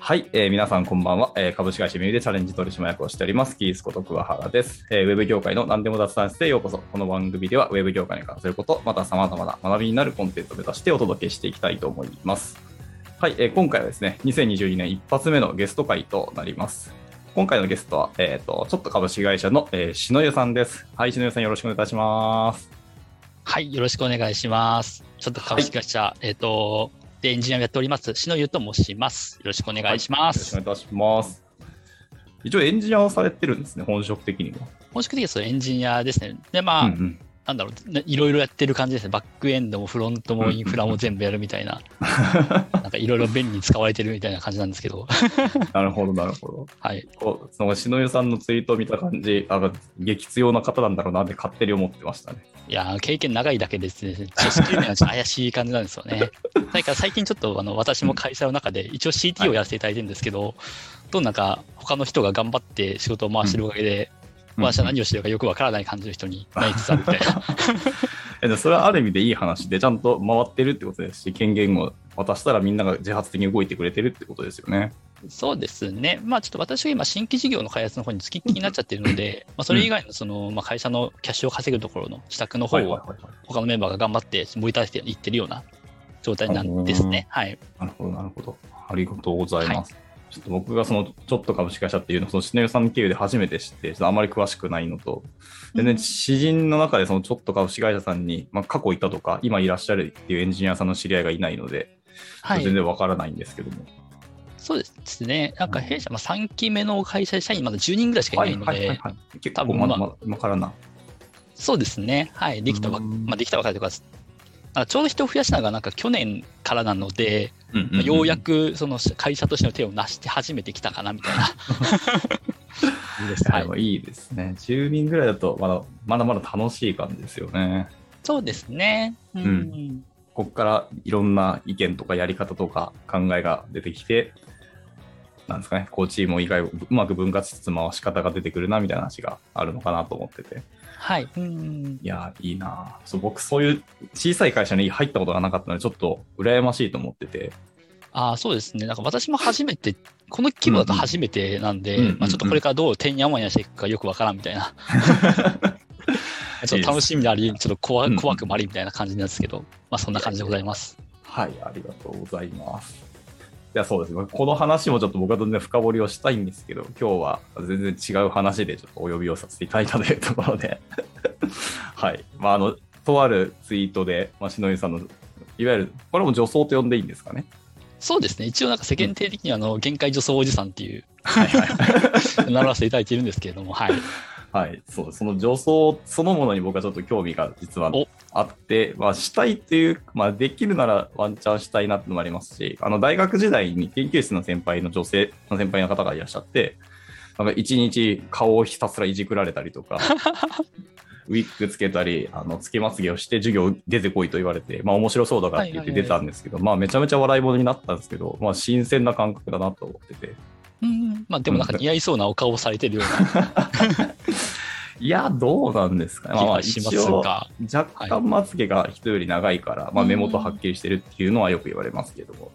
はい、えー皆さんこんばんは、えー株式会社ミューでチャレンジ取締役をしておりますキースこと桑原です、えーウェブ業界の何でも雑談室へようこそこの番組ではウェブ業界に関することまたさまざまな学びになるコンテンツを目指してお届けしていきたいと思いますはい、えー今回はですね2022年一発目のゲスト会となります今回のゲストは、えー、とちょっと株式会社の、えー、篠湯さんですはい篠湯さんよろしくお願いいたしますはい、よろしくお願いします。ちょっと株式会社、えっ、と、でエンジニアをやっております、篠湯と申します。よろしくお願いしまはす。いよろしくお願いいたします一応エンジニアをされてるんですね本職的には本職的にはそうエンジニアですね。で、まあ、うんうんなんだろう、ねいろいろやってる感じですね。バックエンドもフロントうんもうんうんインフラも全部やるみた いな、なんかいろいろ便利に使われてるみたいな感じなんですけど、なるほどなるほどはい。こうその篠江さんのツイートを見た感じ、あ激強な方なんだろうなって勝手に思ってましたね。いやー、経験長いだけですね、知識面はちょっと怪しい感じなんです よね。なんか最近ちょっとあの私も会社の中で、一応 CT をやらせていただいてるんですけど、どんなんか他の人が頑張って仕事を回してるおかげで、私は何をしてるかよくわからない感じの 人になりつつあるみたいな。えでもそれはある意味でいい話で、ちゃんと回ってるってことですし、権限を渡したらみんなが自発的に動いてくれてるってことですよね。そうですね、まあ、ちょっと私が今、新規事業の開発の方に付きっきりになっちゃってるので、まあそれ以外のその、まあ、会社のキャッシュを稼ぐところの支度の方いを、いはい。他のメンバーが頑張って盛り立てていってるような状態なんですね。はいなるほど、なるほど。ありがとうございます。ちょっと僕がそのちょっと株式会社っていうのをその篠江さん経由で初めて知って、ちょっとあまり詳しくないのと、全然知人の中でそのちょっと株式会社さんに、まあ、過去いたとか、今いらっしゃるっていうエンジニアさんの知り合いがいないので、はい全然わからないんですけども。そうですね、なんか弊社、まあ、3期目の会社社員、まだ10人ぐらいしかいないので、はいはいはいはい、結多構分まだままだ今からな。そうですね、はい、できたばっ、うんまあ、できたばかりというか、あちょうど人を増やしたのが、なんか去年からなので、うんうんまあようやくその会社としての手を成して始めてきたかなみ たいな。いいですね、はいでもいいですね。10人ぐらいだとまだまだまだ楽しい感じですよね。そうですね。うん。うんここからいろんな意見とかやり方とか考えが出てきて、なんですかね、こうチームを以外をうまく分割しつつ回し方が出てくるなみたいな話があるのかなと思ってて。はい。うんい。やー、いいなーそう僕、そういう小さい会社に入ったことがなかったので、ちょっと羨ましいと思ってて。ああ、そうですね。なんか私も初めて、この規模だと初めてなんで、うんうんまあ、ちょっとこれからどうてんやまんやしていくかよくわからんみた いな。 ちょっと楽しみであり、ちょっと怖,、うんうん怖くもありみたいな感じなんですけど、まあそんな感じでございます。はい、ありがとうございます。いや、そうですね。この話もちょっと僕は全然深掘りをしたいんですけど、今日は全然違う話でちょっとお呼びをさせていただいたというところで、 はい。まあ、あの、とあるツイートで、まあ、篠井さんの、いわゆる、これも女装と呼んでいいんですかね。そうですね。一応なんか世間体的にはあの、限界女装おじさんっていう、はいはい。 名乗らせていただいているんですけれども、はい。はい、そう、その女装そのものに僕はちょっと興味が実はおあって、まあ、したいっていう、まあ、できるならワンチャンしたいなってのもありますし、あの、大学時代に研究室の先輩の女性の先輩の方がいらっしゃって、なんか一日顔をひたすらいじくられたりと か、ウィッグつけたり、あの、つけまつげをして授業出てこいと言われて、まあ面白そうだからって言ってはいは出いはいたんですけど、まあめちゃめちゃ笑い物になったんですけど、まあ新鮮な感覚だなと思ってて。うん。まあでもなんか似合いそうなお顔をされてるような気いや、どうなんですかね。まあまあがします一応が、若干まつげが人より長いから、まあ、目元はっきりしてるっていうのはよく言われますけども、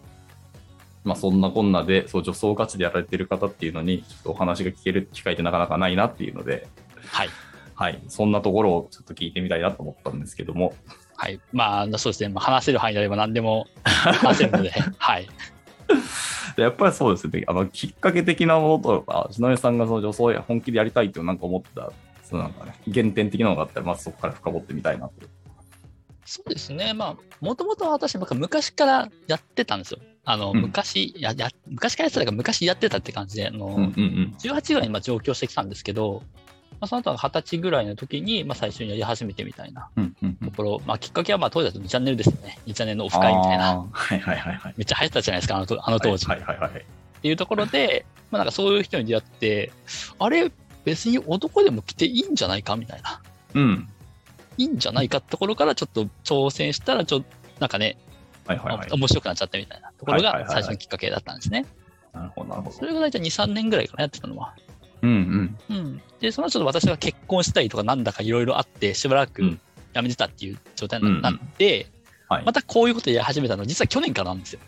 まあ、そんなこんなでそう女装ガチでやられてる方っていうのにちょっとお話が聞ける機会ってなかなかないなっていうので、はい。はい、そんなところをちょっと聞いてみたいなと思ったんですけどもはい。まあ、そうですね。まあ、話せる範囲であれば何でも話せるの で、はい。でやっぱりそうですねあのきっかけ的なものとか篠江さんがその女装や本気でやりたいってなんか思ったそのなんか、ね、原点的なのがあったらまずそこから深掘ってみたいなと。そうですね。まあ、もともと私、なんか昔からやってたんですよ。あの、うん昔、や、や、昔からやってたから昔やってたって感じで、あの、うんうんうん18ぐらいにまあ上京してきたんですけど、まあ、その後は20歳ぐらいの時に、まあ、最初にやり始めてみたいなうんうんうんところ、まあ、きっかけは、まあ、当時だと2チャンネルですよね。2チャンネルのオフ会みたいな。あーはいはいはいはい。めっちゃ流行ってたじゃないですか、あのとあの当時。はいはいはいはい。っていうところで、まあ、なんかそういう人に出会って、あれ、別に男でも着ていいんじゃないかみたいな。うん。いいんじゃないかってところからちょっと挑戦したらちょっとなんかね、はいはいはい。面白くなっちゃったみたいなところはいはいがはいは最い初のきっかけだったんですね。なるほど、なるほそど。れが大体2、3年ぐらいかなやってたのは。うんうん。うん、で、その後私が結婚したりとかなんだかいろいろあってしばらうくん辞めてたっていう状態うんうんになって、はいまたこういうことやり始めたの、実は去年からなんですよ。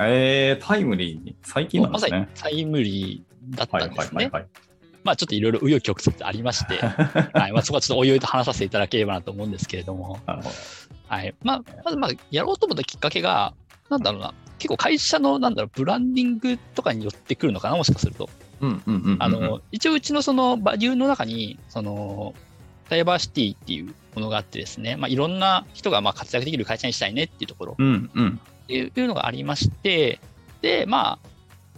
えー、タイムリーに、最近なんまでさすにね。タイムリーだっはいたはんいですはいね。はい。まあちょっといろいろ紆余曲折ありま して、はいまあ、そこはちょっとおいおいと話させていただければなと思うんですけれども、なるほど。はいまあ、まずまあやろうと思ったきっかけが、なんだろうな、結構会社のなんだろうブランディングとかによってくるのかな、もしかすると。うんうんうんうんうん。あの、一応うちのそのバリューの中に、その、ダイバーシティっていうものがあってですね、まあ、いろんな人がまあ活躍できる会社にしたいねっていうところうんうん。っていうのがありまして、で、まあ、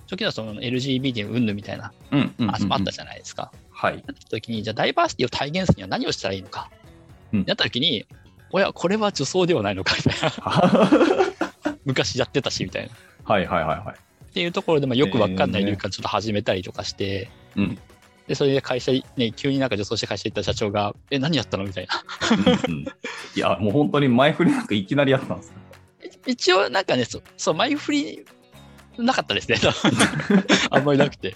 初期のその LGBT 云々みたいな、うんうんうんうん。ああったじゃないですか。はい。 なった時に、じゃあダイバーシティを体現するには何をしたらいいのか。うんなった時に、おや、これは女装ではないのかみたいな。 昔やってたし、みたいな。はいはいはいはい。っていうところで、まあ、よくわかんない理由からちょっと始めたりとかして、うんで、それで会社に、ね、急になんか女装して会社行った社長が、え、何やったのみたいな。うんうんいや、もう本当に前振りなくいきなりやったんですね一応、なんかね、そそう、前振り、なかったですね。 あんまりなくて。い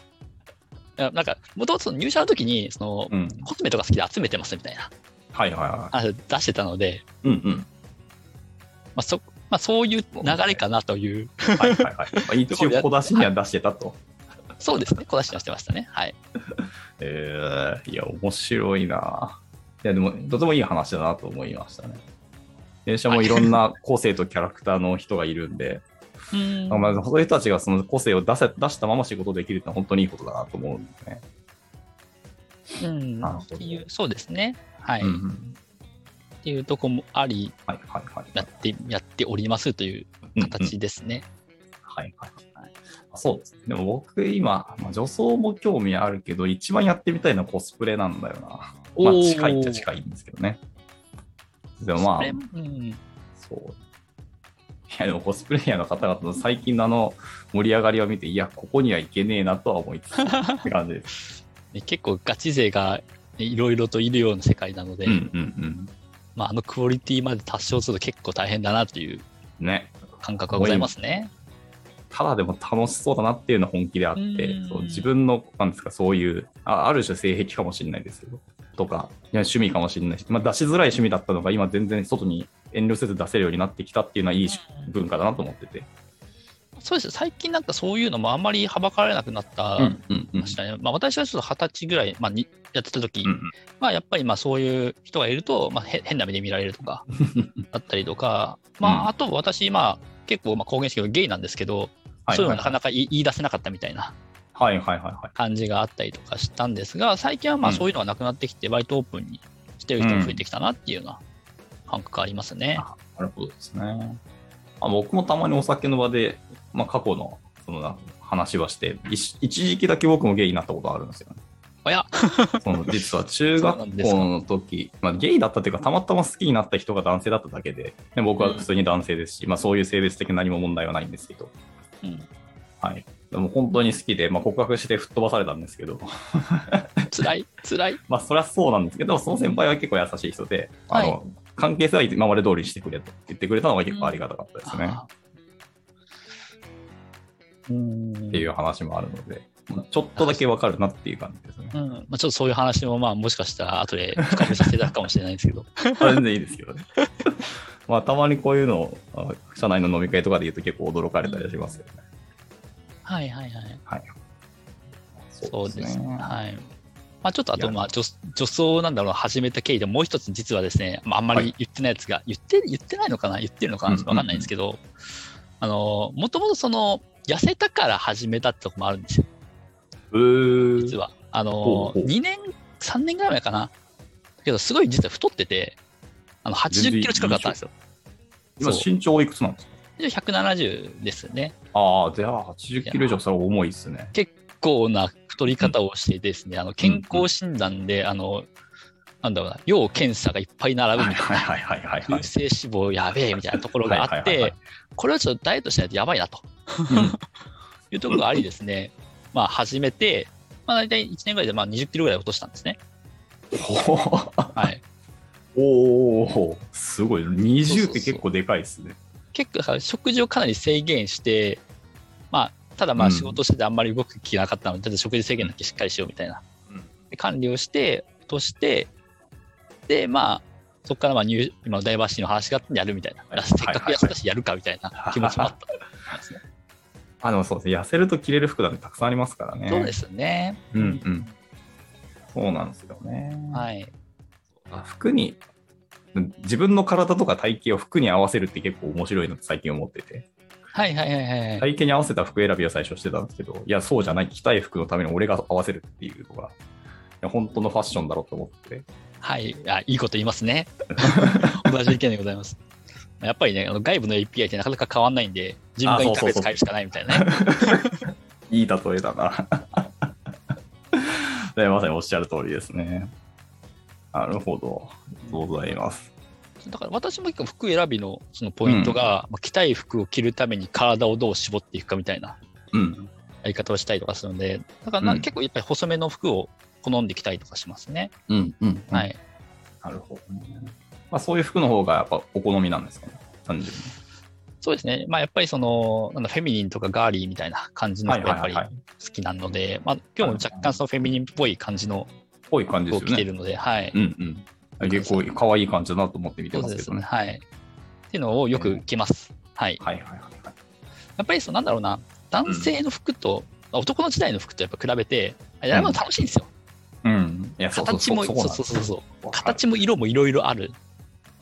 やなんか、もともと入社の時に、その、うん。コスメとか好きで集めてますみたいなはいはいは話を出してたので、い。うんうん。まあそまあ、そういう流れかなという、はいはいはい まあ。一応小出しには出してたと。そうですね、小出しにはしてましたね。はい。えー、いや、面白いな。いや、でも、とてもいい話だなと思いましたね。電車もいろんな個性とキャラクターの人がいるんで、うんまあ、そういう人たちがその個性を出せ出したまま仕事できるってのは本当にいいことだなと思うんですね。うんなるほっていう、そうですね。はい。うんうっんていうとこもあり、はいはいはい。やって、やっておりますといううんうん形ですね。はいはいはい。そうですね。でも僕今、まあ、女装も興味あるけど、一番やってみたいのはコスプレなんだよな。まあおー近いっちゃ近いんですけどね。でもまそあれ、うんそう。いやでもコスプレイヤーの方々の最近のあの盛り上がりを見て、いや、ここにはいけねえなとは思いつつって感じ です。ね結構ガチ勢がねいろいろといるような世界なので、うんうんまあ、あのクオリティまで達成すると結構大変だなといううん。ね。感覚はございますね。ただでも楽しそうだなっていうのは本気であっうてん、そう自分の、なんですか、そういう、あある種性癖かもしれないですけど、とか、いや趣味かもしれないし、まあ、出しづらい趣味だったのが、今全然外に遠慮せず出せるようになってきたっていうのはいいしうん文化だなと思ってて。そうです最近なんかそういうのもあんまりはばかられなくなったうんうんうんましたね。まあ、私はちょっと二十歳ぐらい、まあ、にやってた時、うんうんまあやっぱりまあそういう人がいると、まあ、へ変な目で見られると かだったりとか、まうんあ、あと私、まあ、結構まあ公言してるけどゲイなんですけど、はいそういうはのがなかなか言い言い出せなかったみたいないはいはいは感じがあったりとかしたんですが、最近はまあうんそういうのがなくなってきて、割とオープンにしてる人が増えてきたなっていうような感覚ありますね。あい。なるほどですね。あ僕もたまにお酒の場で、まあ、過去のそのな話はして、一一時期だけ僕もゲイになったことあるんですよね。おや、その実は中そうなん学ですか校の時、まあ、ゲイだったというか、たまたま好きになった人が男性だっただけで、で僕は普通に男性ですし、まあ、そういう性別的な何も問題はないんですけど、うん、はい、でも本当に好きで、まあ、告白して吹っ飛ばされたんですけど、 辛い、辛い。まあ、そりゃそうなんですけど、その先輩は結構優しい人で、はいあの関係性は今まで通りにしてくれと言ってくれたのが結構ありがたかったですね。あーうんっていう話もあるので、まあちょっとだけわかるなっていう感じです ね。うんまあ、ちょっとそういう話も、まあ、もしかしたら後で深掘りさせていただくかもしれないんです けど。まあ全然いいですけどね。 まあ、たまにこういうのを、あ社内の飲み会とかで言うと結構驚かれたりしますよね。はいはいはい。はい。そうですね。はい。はい。まあ、ちょっとあいと、やまあ、女女装なんだろう、始めた経緯でもう一つ、実はですね、まあ、あんまり言ってないやつが、言って、言ってないのかな言ってるのかなうんちょっとわかんないんですけど、あの、もともとその、痩せたから始めたってとこもあるんですよ、うー実は。あほの、うほう2年、3年ぐらい前かな。だけど、すごい実は太ってて、あの、80キロ近くあったんですよ。今そう身長おいくつなんですかで170ですね。ああ、じゃあ80キロ以上それは重いですね。結構な太り方をしてですね、あの健康診断で、あの、なんだろうな、要検査がいっぱい並ぶみたいはいはいはいはいな、はい 中。性脂肪やべえみたいなところがあっはいはいて、これはちょっとダイエットしないとやばいなとはいはいいうところがありですね、まあ始めて、まあ大体1年ぐらいでまあ20キロぐらい落としたんですね。うんはい。おお、すごい。20って結構でかいですね。結構だから食事をかなり制限して、まあ、ただまあうん仕事しててあんまり動く気がなかったので、ちょっと食事制限だけしっかりしようみたいなうん。で管理をして、落として、で、まあ、そこからまあ入今のダイバーシティの話があってやるみたいはいな、せっかくやったしやるかみたいな気持ちもあ ったですね。あ、でもそうですね。痩せると着れる服なんてたくさんありますからね。そうですね。うんうん。そうなんですよね。はい。あ服に、自分の体とか体型を服に合わせるって結構面白いのって最近思ってて、はいはいはいはい。体型に合わせた服選びを最初してたんですけど、いや、そうじゃない、着たい服のために俺が合わせるっていうのが、いや本当のファッションだろうと思ってて、はい、あいいこと言いますね。 同じ意見でございます。やっぱりね、あの外部の API ってなかなか変わんないんで、自分がインターフェース変えるしかないみたいなね。いい例えだな。 でまさにおっしゃる通りですね。なるほど。ありがとうございます。だから私も結構服選びのそのポイントが、まあ着たい服を着るために体をどう絞っていくかみたいなうん。やり方をしたりとかするので、だからなうん結構やっぱり細めの服を好んで着たりとかしますね。うん。うん。。はいい。なるほどね、まあ、そういう服の方がやっぱお好みなんですかね。単純に。そうですね。まあやっぱりその、なんだフェミニンとかガーリーみたいな感じのはい服がはやっぱいりはい。好きなので、まあ今日も若干そのフェミニンっぽい感じのぽい感じ服ですを着よていね。るので、はい。うんうん。結構可愛い感じだなと思って見てそまうすでけすどね。ね。はい。っていうのをよく着ます。はい。はいはいはいはい。やっぱりそのなんだろうな、男性の服と、男の時代の服とやっぱ比べて、あれやるの楽しいんですよ。うん。いや、そうそう形そも、うそそううなんそうですそうよ。そう。わかる形も色もいろいろある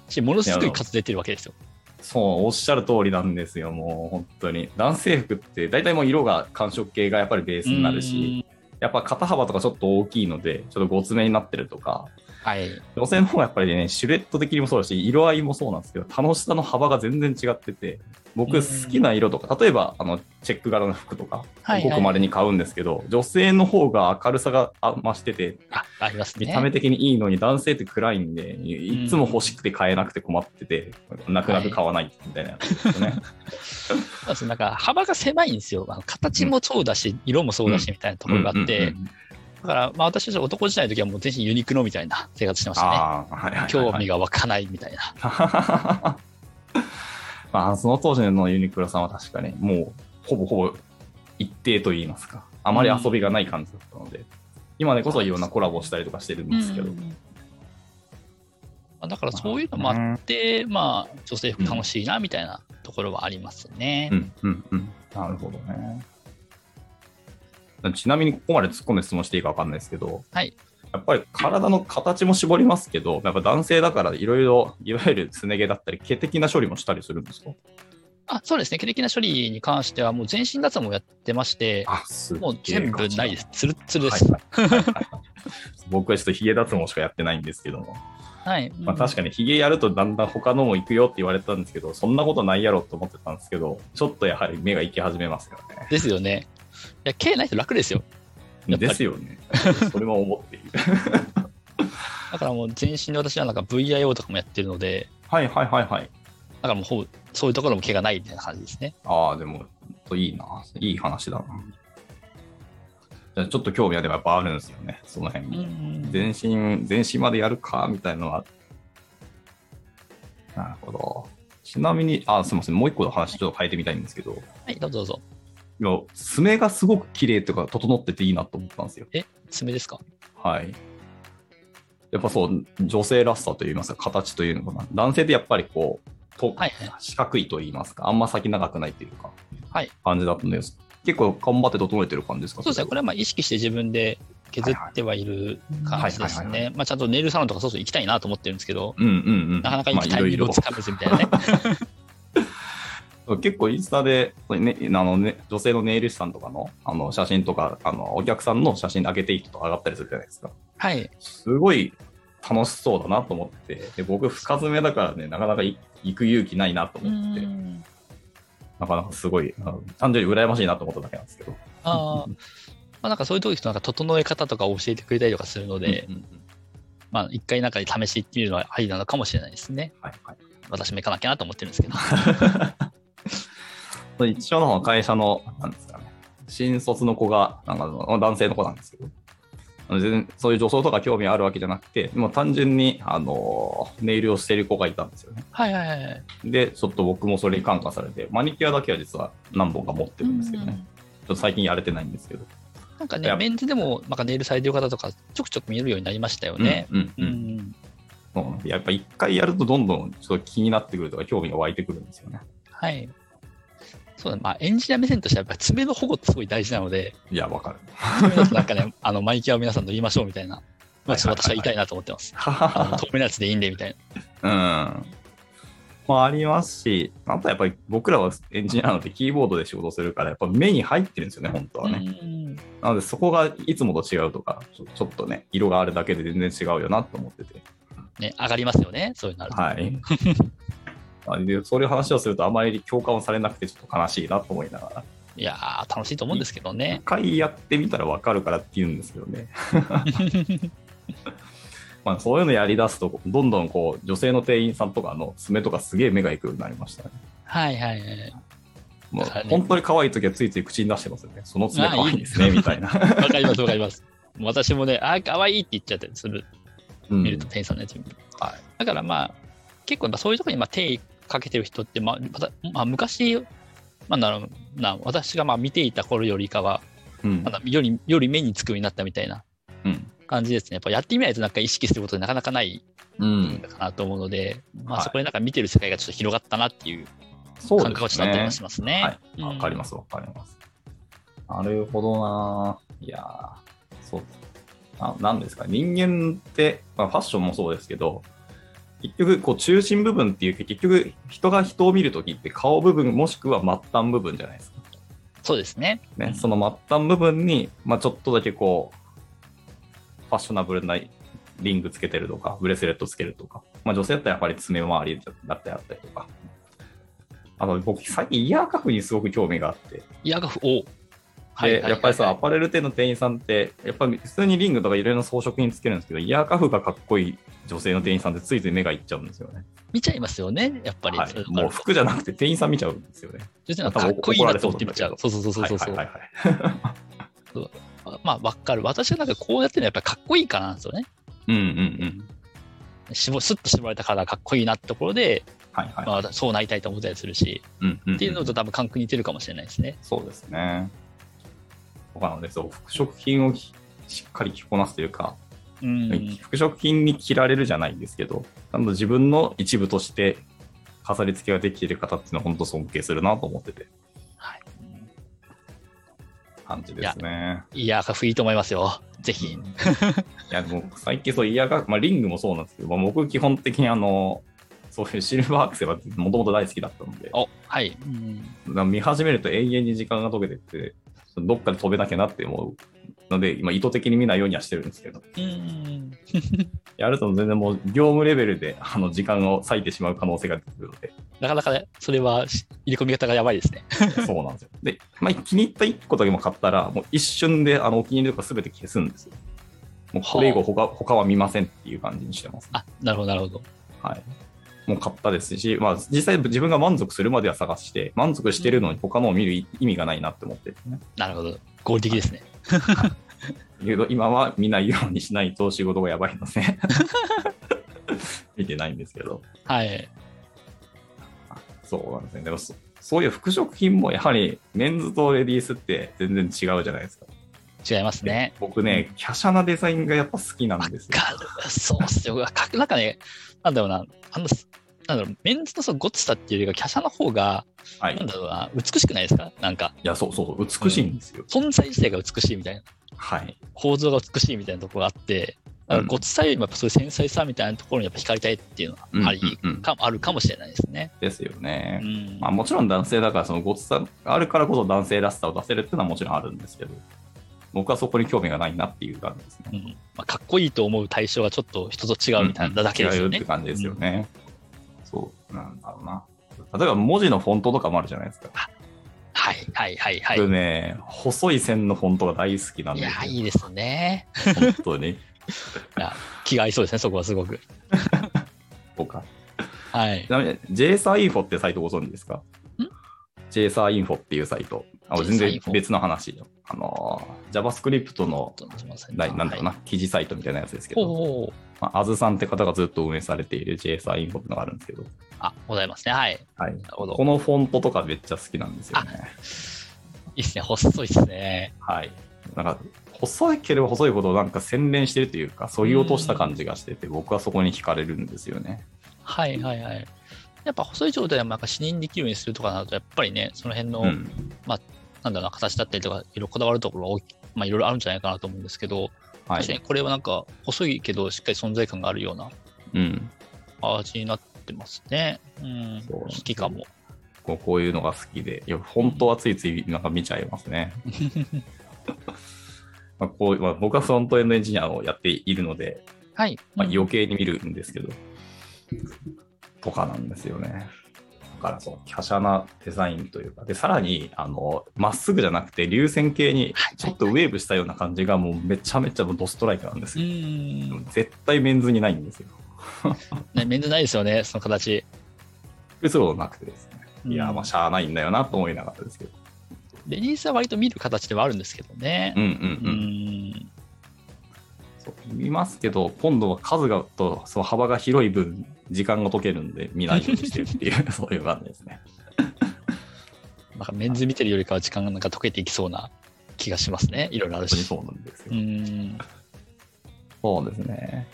し、ものすごいやい数出てるわけですよ。そう、おっしゃる通りなんですよ、もう本当に。男性服って大体もう色が寒色系がやっぱりベースになるし、やっぱ肩幅とかちょっと大きいので、ちょっとごつめになってるとか、うん、はい。女性の方がやっぱりね、シルエット的にもそうだし、色合いもそうなんですけど、楽しさの幅が全然違ってて、僕うん好きな色とか、例えばあのチェック柄の服とか、はいはいごくまれに買うんですけど、女性の方が明るさがあ増してて、あ、ありますね。見た目的にいいのに男性って暗いんで、いいつも欲しくて買えなくて困ってて、泣く泣く買わないみたいなやつですよね。そうですなんか幅が狭いんですよ。あの形もそうだし、色もそうだしみたいなところがあって、うんうんうんだから、まあ、私たち男時代の時はもう全身ユニクロみたいな生活してましたね。ああ、はいはいはいはい。興味が湧かないみたいな。まあ、その当時のユニクロさんは確かに、もう、ほぼほぼ一定と言いますか、あまり遊びがない感じだったので、今でこそいろんなコラボしたりとかしてるんですけど。まあだからそういうのもあって、まあ、女性服楽しいなみたいなところはありますね。うんうんうん。なるほどね。ちなみにここまで突っ込んで質問していいか分かんないですけど、はいやっぱり体の形も絞りますけど、やっぱ男性だからいろいろ、いわゆるすね毛だったり、毛的な処理もしたりするんですかあそうですね、毛的な処理に関しては、もう全身脱毛をやってまして、あ、すっげえもう全部ないです。つるっつるです。はいはいはいはい 僕はちょっとヒゲ脱毛しかやってないんですけども、はい。まあ、確かかにヒゲやるとだんだん他のも行くよって言われたんですけど、そんなことないやろと思ってたんですけど、ちょっとやはり目が行き始めますよね。に。ですよね。いや、毛ないと楽ですよ。やっぱりですよね。それは思っている。だからもう全身で私はなんか VIO とかもやってるので、 はいはいはいはい。だからもうほぼそういうところも毛がないみたいな感じですね。ああ、でも、いいな。いい話だな。じゃあちょっと興味はでもやっぱあるんですよね、その辺に。全身、全身までやるかみたいなのは。なるほど。ちなみに、あ、すみません、もう一個の話ちょっと変えてみたいんですけど、はい、どうぞどうぞ。今、爪がすごく綺麗というか、整ってていいなと思ったんですよ。爪ですかはい。やっぱそう、女性らしさといいますか、形というのかな。男性ってやっぱりこう、とはいはい。四角いといいますか、あんま先長くないというか、はい感じだったんです。結構頑張って整えてる感じですかそうですね、これれはまあ意識して自分で削ってはいる感じですはいはいはいね。まあちゃんとネイルサロンとかそうそう行きたいなと思ってるんですけど、は。うんうんうん。なかなかまあ行くいタイろミいングろをつかめずみたいなね。結構インスタで、ね、あのね女性のネイル師さんとかのあの写真とかあの、お客さんの写真上げていい人とか上がったりするじゃないですか。はい。すごい楽しそうだなと思ってて、で僕、深爪だからね、なかなかい行く勇気ないなと思ってて、 なかなかすごい、あの単純に羨ましいなと思っただけなんですけど。あーまあなんかそういう時となんか整え方とかを教えてくれたりとかするので、うんうんうんまあ一回なんかで試していってみるのはありなのかもしれないですね。はいはい私も行かなきゃなと思ってるんですけど。で一応の方会社の、なんですかね、新卒の子が、なんかあの男性の子なんですけど、あの全然そういう女装とか興味あるわけじゃなくて、もう単純に、あの、ネイルをしてる子がいたんですよね。はいはいはい。で、ちょっと僕もそれに感化されて、マニキュアだけは実は何本か持ってるんですけどね。ちょっと最近やれてないんですけど。なんかやね、っぱメンズでもなんかネイルされてる方とかちょくちょく見えるようになりましたよね。うんうんううんん。うんやっぱ一回やるとどんどんちょっと気になってくるとか興味が湧いてくるんですよね。はい。そうだ、まあ、エンジニア目線としては、やっぱ爪の保護ってすごい大事なので、いや、わかる。爪だと なんかね、あの、マイキャを皆さんと言いましょうみたいな、まあ、ちょっと私は言いたいなと思ってます。あの透明なやつでいいんで、みたいうな。ん。まあ、ありますし、あとやっぱり僕らはエンジニアなのでキーボードで仕事するから、やっぱ目に入ってるんですよね、本当はね。うんなのでそこがいつもと違うとか、ちょちょっとね、色があるだけで全然違うよなと思ってて。ね、上がりますよね、そういうのあると。 はい。あでそういう話をするとあまり共感をされなくてちょっと悲しいなと思いながら。いやー、楽しいと思うんですけど一ね。回やってみたらわかるからって言うんですけどね。 まあそういうのやりだすと、どんどんこう女性の店員さんとかの爪とかすげえ目がいくようになりましたね。はいはいはい。もうだからね本当に可愛い時はついつい口に出してますよね。その爪可愛いですね、あいいみたいな。わかります、わかります。私もね、あー、かわいいって言っちゃったりする、うん見ると、店員さんのやつ見るとはいだからまあ、結構まあそういうところにまあ手かけてる人って、まあ、またまあ、昔、まあ、なるな私がまあ見ていた頃よりかは、うんまだよりより目につくようになったみたいなうん感じですね。やっぱやってみないとなんか意識することなかなかないうん、かなと思うので、まはあ、いそこでなんか見てる世界がちょっと広がったなっていうそう感で覚がちすょっとあったりねは。しますね。はいわ、かりまます、わかります。なるほどなぁいやぁそうな。なんですか、人間って、まあ、ファッションもそうですけど、結局、こう中心部分っていう、結局、人が人を見るときって顔部分、もしくは末端部分じゃないですか。す。そうですね。うね、んその末端部分に、まあ、ちょっとだけこう、ファッショナブルなリングつけてるとか、ブレスレットつけるとか、まあ、女性だったらやっぱり爪周りだったりあったりとか、あと僕、最近イヤーカフにすごく興味があって、イヤーガフ、おうはいはいではいやっぱりさ、アパレル店の店員さんって、やっぱり普通にリングとかいろいろな装飾品つけるんですけど、イヤーカフがかっこいい女性の店員さんってついつい目がいっちゃうんですよね。見ちゃいますよね、やっぱり。はいそういうのもう服じゃなくて店員さん見ちゃうんですよね。そしてなんかかっこいいなと思って見ちゃう。多そうそうそうそうそう。はいはいはいはいまあ、わかる。私はなんかこうやってるのはやっぱりかっこいいからなんですよね。うんうんうん。しぼスッと絞られた体かっこいいなってところで、はいはい。まあ、そうなりたいと思ったりするし、うんうんんっていうのと多分感覚似てるかもしれないですね。そうですね。他ので、そう、服飾品をきしっかり着こなすというか、うん。服飾品に着られるじゃないんですけど、なんと自分の一部として飾り付けができている方っていうのは本当尊敬するなと思ってて。はい感じですね。いや、かっこいいと思いますよ。ぜひうん。いや、でも最近そう、イヤーが、まあ、リングもそうなんですけど、まあ、僕基本的にあの、そういうシルバーアクセはもともと大好きだったので、お、はい。うんなんか見始めると永遠に時間が解けてって、どっかで飛べなきゃなって思うので、今意図的に見ないようにはしてるんですけど、うん。やると全然もう業務レベルで あの時間を割いてしまう可能性が出てくるので、なかなかね、それはし入れ込み方がやばいですね。そうなんですよ。で、まあ、気に入った1個だけも買ったら、もう一瞬であのお気に入りとかすべて消すんですよ。もうこれ以後他他は見ませんっていう感じにしてます、あ、なるほど、なるほど。はい。もう買ったですし、まあ、実際自分が満足するまでは探して、満足してるのに他のを見る意味がないなって思ってるね。なるほど。合理的ですね。けど今は見ないようにしないと仕事がやばいので見てないんですけどはい。そうなんですねでもそそういう服飾品もやはりメンズとレディースって全然違うじゃないですか違いますね。僕ね華奢なデザインがやっぱ好きなんですよわかる。そうっすよ。かなんかね、なんだろうな、あの、なんだろう、メンズのそのゴツさっていうよりか、華奢の方が、はいなんいだろうな、美しくないですかなんか、やそうそうそう美しいんですよ、存在自体が美しいみたいな、はい構造が美しいみたいなところがあって、なんうんかゴツさよりもやっぱそういう繊細さみたいなところにやっぱ惹かれたいっていうのはあり、うんうんうんかあるかもしれないですね。ですよねう、んまあ、もちろん男性だからそのごつさがあるからこそ男性らしさを出せるっていうのはもちろんあるんですけど僕はそこに興味がないなっていう感じですねうんまあ、かっこいいと思う対象がちょっと人と違うみたいなだけですよ違うっねて。感じですよね。そう、なんだろうな。例えば文字のフォントとかもあるじゃないですか。はいはいはいはい。僕ね、細い線のフォントが大好きなんいでや、すいよ、いですね。本当に。気が合いそうですね、そこはすごく。そうか。はいち。なみに JSA インフォってサイトご存知ですかん ?JSA インフォっていうサイト。あ、全 JSA イン然フォ別の話よ。あのー、JavaScript の、ちょっと待ってくださいななんだろうな、はい記事サイトみたいなやつですけおど、お。まあ、あずさんって方がずっと運営されている JSA インフォってのがあるんですけど、あ、ございますね。はい。はい、なるほどこのフォントとかめっちゃ好きなんですよね。いいっすね。細いっすね。はい。なんか、細ければ細いほどなんか洗練してるというか、そぎ落とした感じがしてて、僕はそこに惹かれるんですよね。はいはいはい。やっぱ細い状態でもなんか視認できるようにするとかなると、やっぱりね、その辺の、うん。なんだろうな、形だったりとか、いろいろこだわるところが大き、まあ、いろいろあるんじゃないかなと思うんですけど、は確かい。にこれはなんか、細いけど、しっかり存在感があるようなうん。味になってますね。うん、そう好きかも。こうこういうのが好きで、いや、本当はついついなんか見ちゃいますね。 まあこうまあ、僕はフロントエンドエンジニアをやっているので、はい。まあ、うん余計に見るんですけど、とかなんですよね。だからそう、華奢なデザインというか、で、さらに、あの、まっすぐじゃなくて、流線形にはいちょっとウェーブしたような感じが、もうめちゃめちゃもうドストライクなんですうよ。ん、絶対メンズにないんですよ。ね、面倒ないですよね、その形。そういうことなくてですね。いや、うんまあ、しゃあないんだよなと思いながらですけど。レディースは割と見る形ではあるんですけどねうん。うんううん。ん。そう見ますけど、今度は数がとその幅が広い分、時間が解けるんで、見ないようにしてるっていう、そういう感じですね。なんかメンズ見てるよりかは時間がなんか溶けていきそうな気がしますね。いろいろある本当にし。そうなんですよ。うん。そうですね。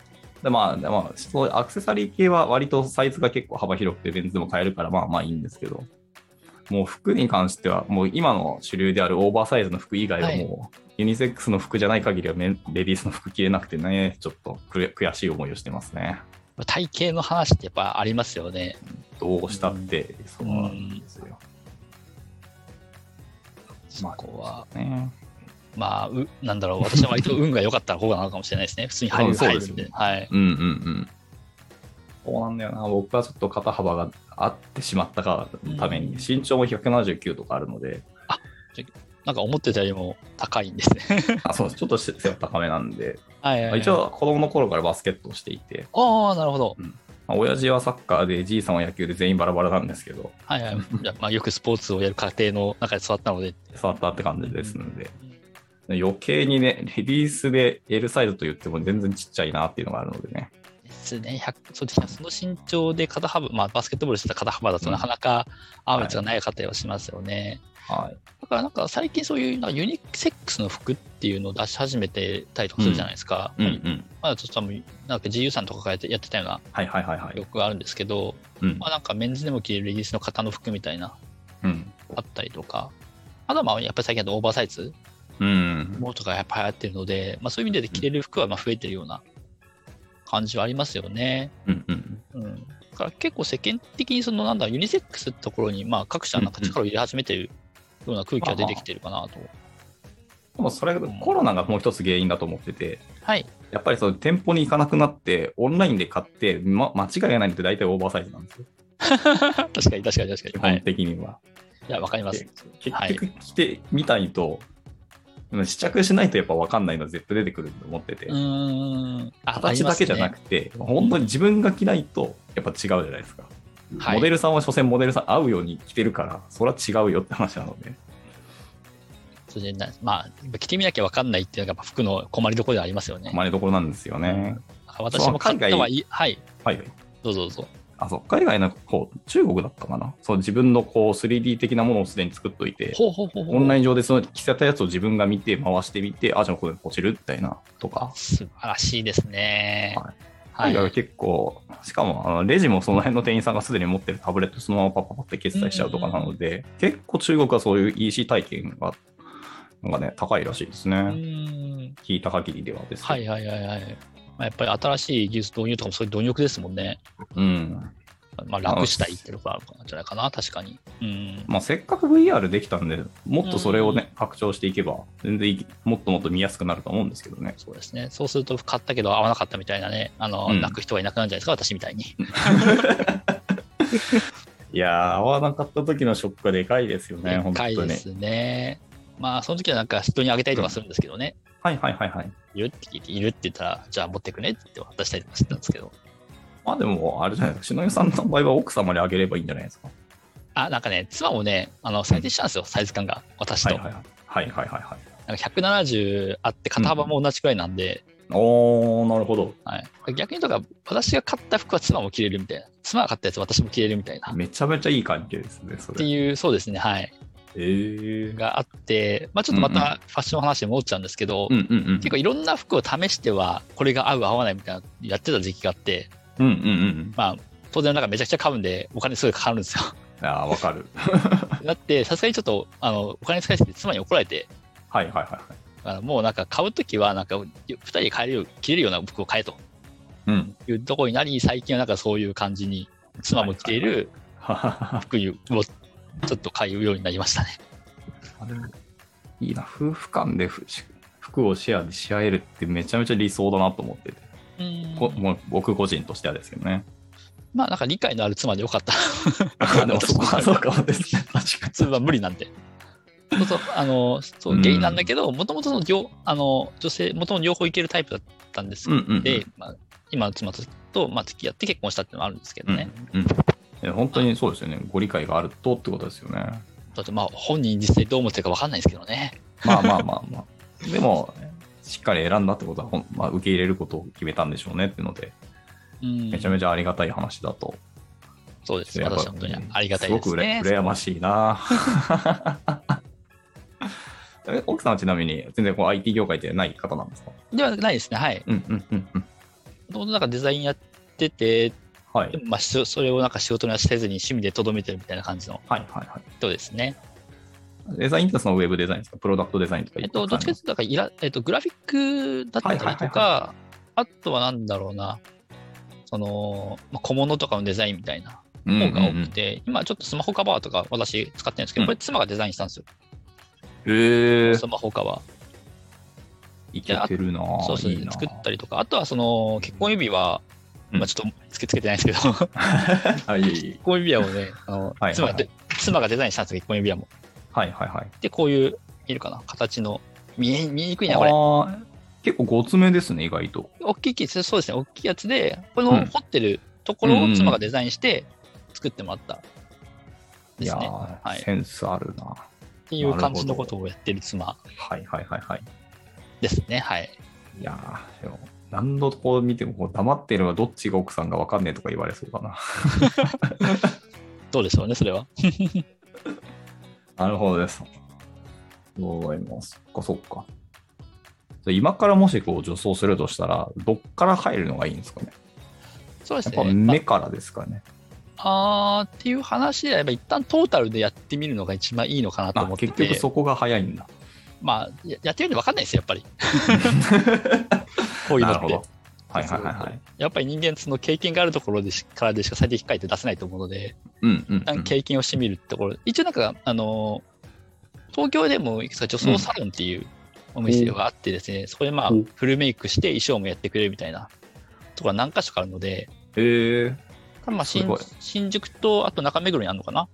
でまあ、でまあ、そうアクセサリー系は割とサイズが結構幅広くて、レンズも変えるから、まあまあいいんですけど、もう服に関しては、もう今の主流であるオーバーサイズの服以外ははいもう、ユニセックスの服じゃない限りはメンレディースの服着れなくてね、ちょっとくれ悔しい思いをしてますね。体型の話ってやっぱありますよね。どうしたって、そうなんですよ。そこは。ねまあ、うなんだろう、私は割と運が良かった方なのかもしれないですね。普通に入うるんそう入でるすんよでね。はい。うんうんうん。そうなんだよな、僕はちょっと肩幅が合ってしまったがためうんに、身長も179とかあるの で、なんか思ってたよりも高いんですね。あそうですちょっと背が高めなんで、はいはいまはあい。一応子供の頃からバスケットをしていて、ああ、なるほど。まあ親父はサッカーで、じいさんは野球で全員バラバラなんですけど、は いはい。じゃあまあ、よくスポーツをやる家庭の中で育ったので。触ったって感じですので、余計にね、レディースで L サイズと言っても全然ちっちゃいなっていうのがあるのでね。ですね、100そうですねその身長で肩幅、まあ、バスケットボールしてた肩幅だとうんなかなか合うやつがない方はしますよね。はい。だからなんか最近そういうなんかユニセックスの服っていうのを出し始めてたりとかするじゃないですか。うんうん。まあちょっと多分なんか GU さんとかがやってやってたようなはいはいはいは記い。憶があるんですけど、うんま。あ、なんかメンズでも着れるレディースの型の服みたいなうん。あったりとか。あとはまあやっぱり最近だとオーバーサイズうん。ものとかやっぱ流行ってるので、まあ、そういう意味で着れる服はまあ増えてるような感じはありますよね。うんうん。うん、だから結構世間的にそのなんだユニセックスってところにまあ各社なんか力を入れ始めてるような空気が出てきてるかなと。でもそれ、コロナがもう一つ原因だと思ってて、はい。やっぱりその店舗に行かなくなって、オンラインで買って、ま、間違いがないのって大体オーバーサイズなんですよ、確かに確かに確基かに。は本い。的には。いや、わかりますで。結局着てみたいと、試着しないとやっぱ分かんないのは絶対出てくると思ってて、うーん。あ形だけじゃなくて、本当に自分が着ないとやっぱ違うじゃないですか。て、はいモデルさんは所詮モデルさん合うように着てるから、それは違うよって話なので。それでなまあ、やっぱ着てみなきゃわかんないっていうのがやっぱ服の困りどころではありますよね。まねどころなんですよね。私も買ったはいい。はい。はい。どうぞどうぞ。あ、そう。海外の方、中国だったかな。そう、自分のこう 3D 的なものをすでに作っといて、ほうほうほうほう。オンライン上でその着せたやつを自分が見て回してみて、あ、じゃあこれ落ちるみたいなとか。素晴らしいですね。は海い。外は結構、しかもあのレジもその辺の店員さんがすでに持ってるタブレットそのままパッパパって決済しちゃうとかなので、結構中国はそういう EC 体験が、なんかね、高いらしいですうね。ーん。聞いた限りではですけど。はいはいはいはい。まあ、やっぱり新しい技術導入とかもそういう貪欲ですもんね。うん。まあ、楽したいってところあるんじゃないかな、確かに。うん。まあ、せっかく VR できたんで、もっとそれをね、拡張していけば、全然いもっともっと見やすくなると思うんですけどね。そうですね。そうすると、買ったけど合わなかったみたいなね、あの、うん泣く人はいなくなるんじゃないですか、私みたいに。いやー、合わなかった時のショックはでかいですよね、本当深いでに。すね。まあ、その時はなんか人にあげたりとかするんですけどね。はいはいはいはい。いるって聞いて、いるって言ったら、じゃあ持ってくねって言って渡したりとかしてたんですけど。まあでも、あれじゃないですか、篠宮さんの場合は奥様にあげればいいんじゃないですか。あ、なんかね、妻もね、あの、最低したんですよ、サイズ感が、私はいと。はいはい。はいはいはいはい。なんか170あって、肩幅も同じくらいなんで、おー、なるほど。はい、逆に言うとか、私が買った服は妻も着れるみたいな。妻が買ったやつ私も着れるみたいな。めちゃめちゃいい関係ですね、そってれ。いう、そうですね、はい。ええ。があって、まあ、ちょっとまたファッションの話に戻っちゃうんですけど、うんうんうん。結構いろんな服を試してはこれが合う合わないみたいなのやってた時期があって、うんうんうん。まあ、当然なんかめちゃくちゃ買うんでお金すごいかかるん ですよ。ああ、わかる。だってさすがにちょっとあのお金使いすぎて妻に怒られてはいはいはいはい。あのもうなんか買う時はなんか2人で買えるよ着れるような服を買えとうん。いうところになり最近はなんかそういう感じに妻も着ているはははは服をちょっと買うようになりましたね。あでもいいな、夫婦間でふし服をシェアし合えるってめちゃめちゃ理想だなと思ってて、こもう僕個人としてはですけどね。まあなんか理解のある妻でよかった。 あでもそこはそうかもですね、 確か普通は無理なんで。そうそう、あの、そうう、んゲイなんだけど、もともとの両、あの、女性、もともと両方いけるタイプだったんですに。うんうんうん。で、まあ、今の妻と、とまあ、付き合って結婚したっていうのもあるんですけどね。うんうんえ本当にそうですよね、ご理解があるとってことです よね。だってまあ、本人実際どう思ってるか分かんないですけどね。まあまあまあまあ。でも、しっかり選んだってことはほん、まあ、受け入れることを決めたんでしょうねっていうので、うん。めちゃめちゃありがたい話だと。そうです。やっぱ私は本当にありがたいですごくうらね。羨ましいな。 え奥さんはちなみに、全然こう IT 業界でない方なんですかではないですね。はい。うんうんうんうん。もともとなんかデザインやってて、はい。はでいもまあ、しそれをなんか仕事にはせずに趣味でとどめてるみたいな感じのはいはい。人ですね。デザインってそのウェブデザインですかプロダクトデザインとかえっと、どっちかというとなんかイラ、えっと、グラフィックだったりとか、はいはいはいあとはなんだろうな、その、まあ小物とかのデザインみたいなうんうんう方んが多くて、今ちょっとスマホカバーとか私使ってるんですけうど、んこれ妻がデザインしたんですよ、えースマホカバいけてるなー。そうそういいな作ったりとか、あとはその、結婚指輪、うんまあちょっとつけつけてないんですけど、 結あ、いえいえ。婚指輪をね、あのはい妻がで妻がデザインしたんですよ、結婚指輪も。はいはいはい。で、こういう、見えるかな、形の、見え見えにくいな、これ。ああ結構ごつめですね、意外と。大きいきそうですね、大きいやつで、こうんの掘ってるところを妻がデザインして作ってもらったいですやね。っー、はいセンスあるな。ていう感じのことをやってる妻はいはいはいはい。ですね。はい。いやーでも何度こう見てもこう黙ってるのはどっちが奥さんが分かんねえとか言われそうだな。どうでしょうね、それは。 なるほどです。そういます。そっかそっか。じゃあ今からもしこう助走するとしたら、どっから入るのがいいんですかね。そうでやすっぱね。ま目からですかね。ああーっていう話であれば、一旦トータルでやってみるのが一番いいのかなとあ思って結て、局そこが早いんだ。まあ、ややってみると分かんないですよ、やっ ぱり。こういうのなるっほてど。。はいはいはいはい。やっぱり人間、その経験があるところでしからでしか最適解って出せないと思うので、うんうん、一旦経験をしてみるってところ、一応なんか、あの東京でもいくつか女装サロンっていうお店があってですね、そこでまあうんフルメイクして衣装もやってくれるみたいなところが何箇所かあるので、えー、多分まあす新ごい新宿とあと中目黒にあるのかな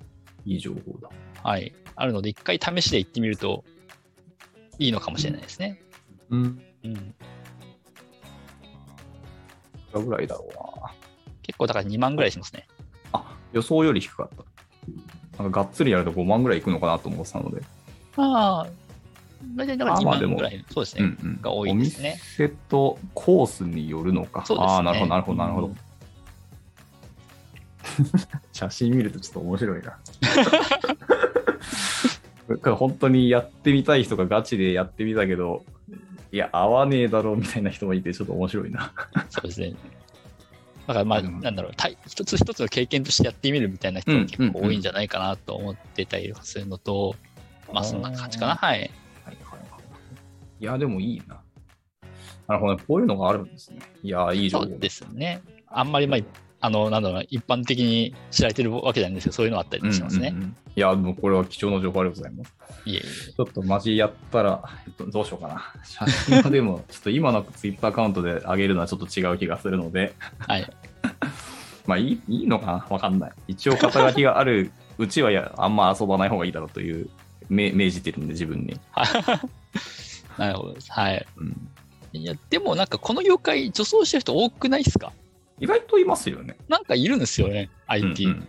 いい情報だ。はい。あるので、一回試しで行ってみるといいのかもしれないですね。うん。うん。いくらぐらいだろうな。結構だから2万ぐらいしますね。あ予想より低かった。なんかがっつりやると5万ぐらいいくのかなと思ってたので。まあ、大体だから2あまあで万もぐらい、そうですうね。んうんが多いですねお店とコースによるのか。そうですねああ、なるほど、なるほど、なるほど。 うん写真見るとちょっと面白いな。これ本当にやってみたい人がガチでやってみたけど、いや、合わねえだろうみたいな人もいて、ちょっと面白いな。そうですね。だからまあ、うんなんだろう、たい一つ一つの経験としてやってみるみたいな人うんが結構多いんじゃないかなと思ってたりするのと、まあそんな感じかな。ははい。いはいはい。いや、でもいいな。なるほどね、こういうのがあるんですね。いや、いい情そ報うですね。あんまりまあ、あの、なんだろうな、一般的に知られてるわけじゃないんですけど、そういうのあったりしますね。うんうんうんいや、もうこれは貴重な情報ありがとうございます。いえいえ。ちょっとマジやったら、えっと、どうしようかな。写真はでも、 ちょっと今のツイッターアカウントで上げるのはちょっと違う気がするので、はい。 まあいいいいのかなわかんない。一応肩書きがあるうちはいやあんま遊ばない方がいいだろうという、め命じてるんで自分に。なるほどです。はい。うんいや、でもなんかこの業界、女装してる人多くないですか意外といますよね。なんかいるんですよね、IT。うんうん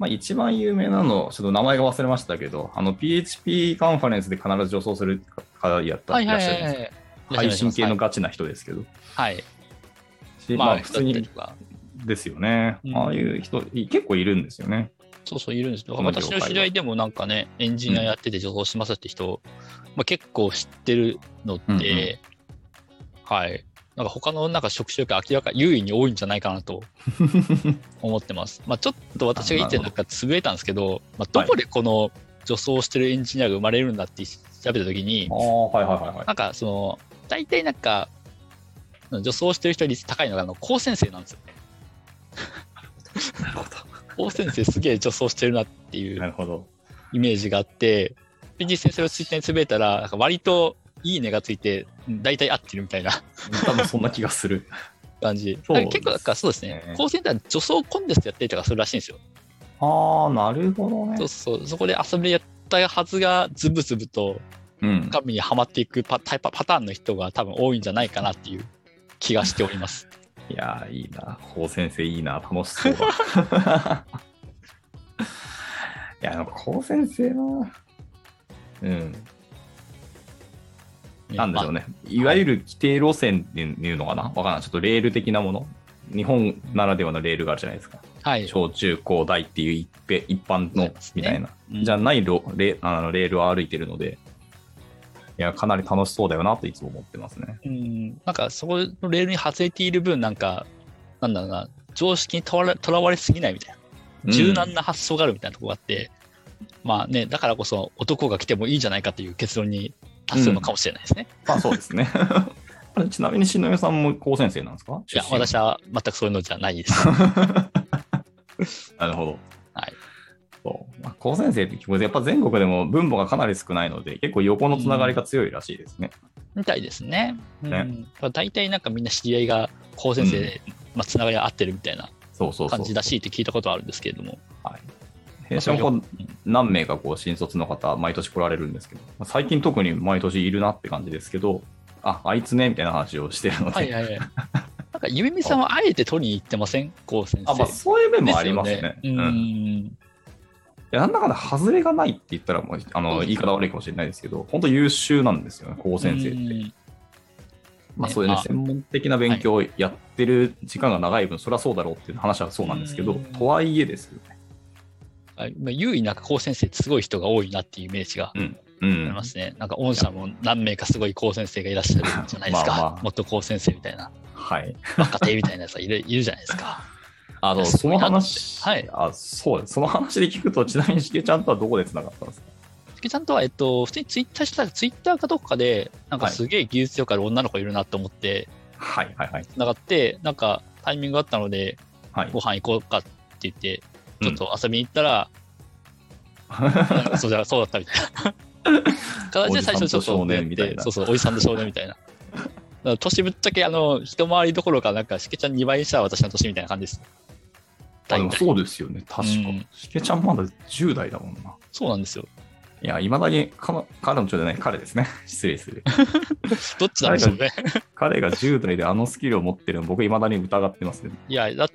まあ、一番有名なの、ちょっと名前が忘れましたけど、あの PHP カンファレンスで必ず助走する方やったはいいはらいっしゃはるんですよい。配信系のはいガチな人ですけど。はい。しままああ、普普通通にに。ですよねう。んああいう人、い結構いるんですよね。そうそう、いるんですよ。だからこの業私界はの知り合いでもなんかね、エンジニアやってて助走しますって人、まあ、結構知ってるのって、うんうんはい。なんか他のなんか職種より明らか優位に多いんじゃないか なと思ってます。まあちょっと私が以前なんかつぶえたんですけど、まあ、どこでこの助走してるエンジニアが生まれるんだって調べた時にあ、あ、はいはいはいはい。なんかその、大体なんか、助走してる人率高いのがあの高専生なんですよね。なるほ高専生すげえ助走してるなっていうど。なるほど。イメージがあって、で実際それをツイッターにつぶやいたら、なんか割といいねがついて、大体合ってるみたいな 多分そんな気がする。感じ。そうだから結構、なんかそうですねね、高専では女装コンテストやったりとかするらしいんですよ。ああ、なるほどねそうそう、そこで遊びでやったはずが、ズブズブとうん。神にはまっていくパタイパパターンの人が多分多いんじゃないかなっていう気がしております。いやー、いいな。ほう先生、 いいな。楽しそうだ。いや、でも、ほう先生な。うん。 なんでしょうね。ね。いわゆる規定路線っていうのかなわからない。ちょっとレール的なもの。日本ならではのレールがあるじゃないですか。まあはい。小中高大っていう一ぺ一般そうのですみねたいな。うんじゃないロレあのレールを歩いてるので、いや、かなり楽しそうだよなといつも思ってますね。うん、なんかそこのレールに外れている分、なんか、なんだろうな、常識にとらわれとらわれすぎないみたいな。柔軟な発想があるみたいなところがあって、まあね、だからこそ男が来てもいいんじゃないかという結論に達するのかもしれないですね。まあそうですね。 あれちなみに篠宮さんも高専生なんですかいや、出身私は全くそういうのじゃない です。なるほど。はい。そう。まあ、高専生って聞くと、やっぱ全国でも分母がかなり少ないので、結構横のつながりが強いらしいですね。みたいですね。うん、ねまあ大体なんかみんな知り合いが高先生で、まあ、つながりが合ってるみたいなそうそうそう。感じらしいって聞いたことはあるんですけれども、はい。弊社もこう何名かこう新卒の方、毎年来られるんですけど、まあ最近特に毎年いるなって感じですけど、あ、あいつねみたいな話をしてるので、はいはいはい。なんかゆめみさんはあえて取りに行ってません高先生。あまあ、そういう面もありますでね。よううんいん。やなんだかんだ外れがないって言ったらもうあそうのです言ねい方悪いかもしれないですけど、本当優秀なんですよね、高専生って。うんまあ、ねそういうねまあ専門的な勉強をやってる時間が長い分、そりゃそうだろうっていう話はそうなんですけどうん、とはいえですよね。はいまあ優位な高先生ってすごい人が多いなっていうイメージがうん。う思いんま、すね。なんか御社も何名かすごい高先生がいらっしゃるじゃないですか。まあまあもっと高先生みたい な、はい。若手みたいなやつがいるいるじゃないですか。あいの、やそすごのいな話、はいあ、そうです。その話で聞くと、ちなみにしげちゃんとはどこでつながったんですかしげちゃんとは、えっと、普通にツイッターしたら、ツイッターかどっかで、なんかはいすげえ技術力ある女の子いるなと思って、はいはいはい。繋がって、なんかタイミングがあったので、はい ご。飯行こうかって言って、うんちょっと遊びに行ったら、なんか そうじゃそうだったみたいな。形で最初ちょおじさんとっと少年みたいなそうそう、おじさんと少年みたいな。だから年ぶっちゃけ、あの、一回りどころか、なんか、しけちゃん2倍にしたら私の年みたいな感じです。あで大も体そうですよね、確かうん。しげちゃんまだ10代だもんな。そうなんですよ。いや、いまだに彼の彼のちょじゃない、彼ですね。失礼する。どっちなんでしょうね。彼が10代であのスキルを持ってるの、僕、いまだに疑ってますね。いや、だっ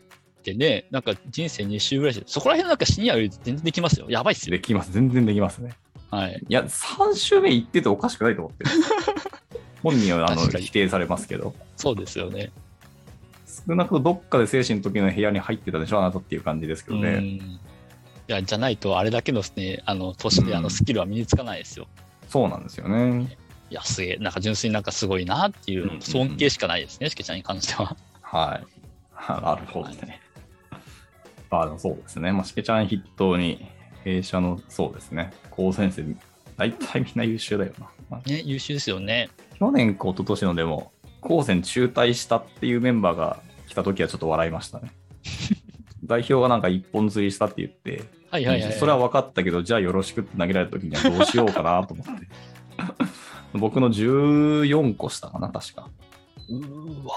てね、なんか人生2周ぐらいして、そこら辺なんかシニアより全然できますよ。やばいっすよ。できます、全然できますね。はい。いや、3週目行ってておかしくないと思 ってる。本人はあの確かに否定されますけど、そうですよね。少なくともどっかで精神の時の部屋に入ってたでしょ、あなたっていう感じですけうどん。ね。いや、じゃないと、あれだけのね、あの、年であうんのスキルは身につかないですよ。そうなんですよね。いや、すげえ、なんか純粋になんかすごいなってういんうんうんう、尊敬しかないですね、しけちゃんに関しては。はい。 なるほどね。あのそうですね。まあ、しけちゃん筆頭に、弊社の、そうですね、高専生、大体みんな優秀だよな。まあね、優秀ですよね。去年か一昨年のでも、高専中退したっていうメンバーが来た時はちょっと笑いました ね。代表がなんか一本釣りしたって言って、はいはいはい。それは分かったけど、じゃあよろしくって投げられた時にはどうしようかなと思って。僕の14個下かな、確か。うーわ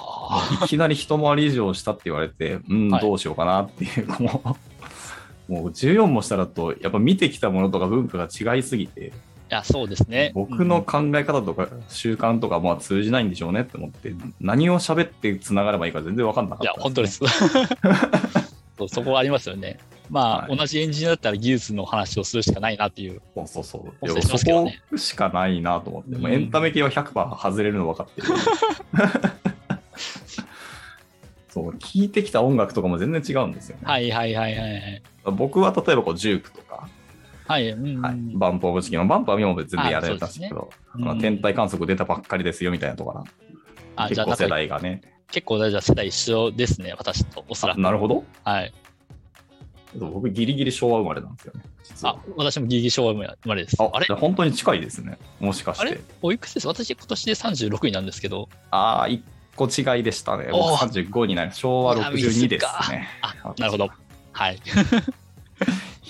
ーいきなり一回り以上したって言われて、うん、はいどうしようかなっていう子も、もう14もしたらと、やっぱ見てきたものとか文化が違いすぎて、いや、そうですね。僕の考え方とか習慣とかまあ通じないんでしょうねって思って、何を喋って繋がればいいか全然分かんなうかん。っいや、た、本当で。す。 そうそこはありますよね。まあ、はい同じエンジニアだったら技術の話をするしかないなっていう。そうそうそう。おでも世話しまそすけどこねしかないなと思って、もううんエンタメ系は100%外れるの分かってる。そう、聴いてきた音楽とかも全然違うんですよね。はいはいはいはいはい。僕は例えばこう、ジュークとか、はい、うん。はい、バンプオブチキンの、バンプは今も全然やられたんですあそうけですねど、あうんの天体観測出たばっかりですよみたいなところあ、じ結ゃあな構んか世代がね。結構、じゃあ世代一緒ですね、私と、おそらく。なるほど。はい。僕、ギリギリ昭和生まれなんですよね。実あは、私もギリギリ昭和生まれです。あれじゃ本当に近いですね。もしかしあれて。おいくつです私、今年で36位なんですけど、ああ、一個違いでしたね。お僕ー35になる。昭和62ですね。あ、なるほど。はい。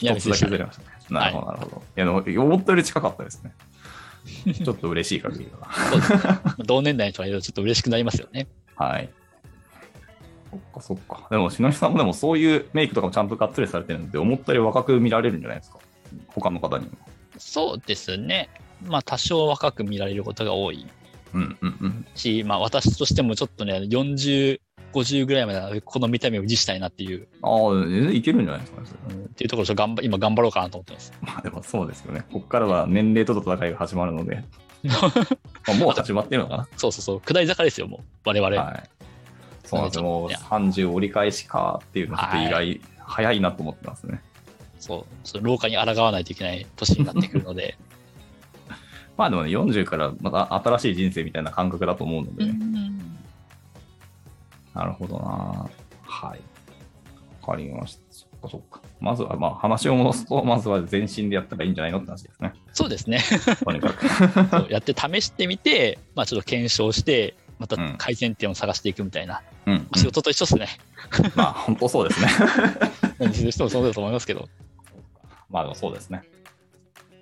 いや一つだけずれましたね。なやるミスでしたねほど、なるほど。いや、でも思ったより近かったです ね。ちょっと嬉しい限りだな。そうですね同年代とはいえ、ちょっと嬉しくなりますよね。はい。そっかそっか。でも、篠木さんもでもそういうメイクとかもちゃんとがっつりされてるので、思ったより若く見られるんじゃないですか。他の方にも。そうですね。まあ、多少若く見られることが多いうんうんうん。し、まあ、私としてもちょっとね、40、50ぐらいまではこの見た目を維持したいなっていう、ああ、全然いけるんじゃないですかね。それっていうところをちょっと頑張今頑張ろうかなと思ってます。まあでもそうですよね。ここからは年齢との戦いが始まるの で、まあもう始まってるのかそうそうそう、下り坂ですよ、もう、我々。な。はい。そうなんですよ。もういや30折り返しかっていうのはちょっと意は外、早いなと思ってますね。そう、その老化に抗わないといけない年になってくるので、まあでもね、40からまた新しい人生みたいな感覚だと 思うので、なるほどな。はい。わかりました。そっかそっか。まずは、まあ話を戻すと、まずは全身でやったらいいんじゃないのって話 ですね。そうですね、とにかく。そうやって試してみて、まあ、ちょっと検証して、またうん改善点を探していくみたいな、うん、うん仕事と一緒ですね。 まあ本当そうですね。何する人もそうだと思いますけど、まあでもそうですね。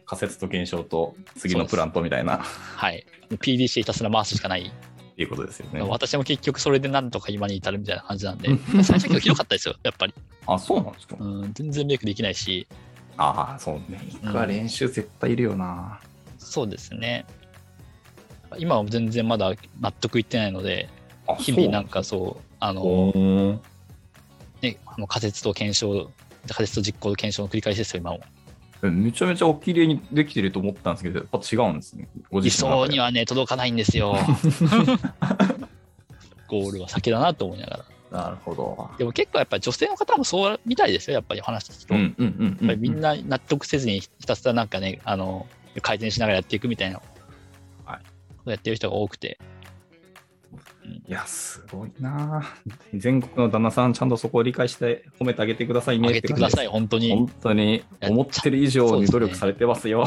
仮説と現象と次のプランとみたいなっはい、PDC ひたすら回すしかない、ていうことですよね。私も結局それでなんとか今に至るみたいな感じな んでう、ん最初はひどかったですよ、やっぱり。あ、そうなんですか。うん、全然メイクできないし、ああ、そうね。メイクは練習絶対いるよな。そうですね。今は全然まだ納得いってないので、あ、日々なんかそう、あその、うなんですか。ね、あの仮説と検証、仮説と実行と検証の繰り返しですよ、今も。おーめちゃめちゃお綺麗にできてると思ったんですけど、やっぱ違うんですね。ご理自身想の中でにはね、届かないんで すよ。ゴールは先だなと思いながら。なるほど。でも結構やっぱり女性の方もそうみたいですよ、やっぱり話聞くと。うやっんうんうん。ぱりみんな納得せずにひたすらなんかね、あの、改善しながらやっていくみたいな、、はいやってる人が多くて。いや、すごいな。全国の旦那さん、ちゃんとそこを理解して褒めてあげてくださいね上っげててく感だじさでい、本す。当に。本当に思ってる以上に努力されてますよ。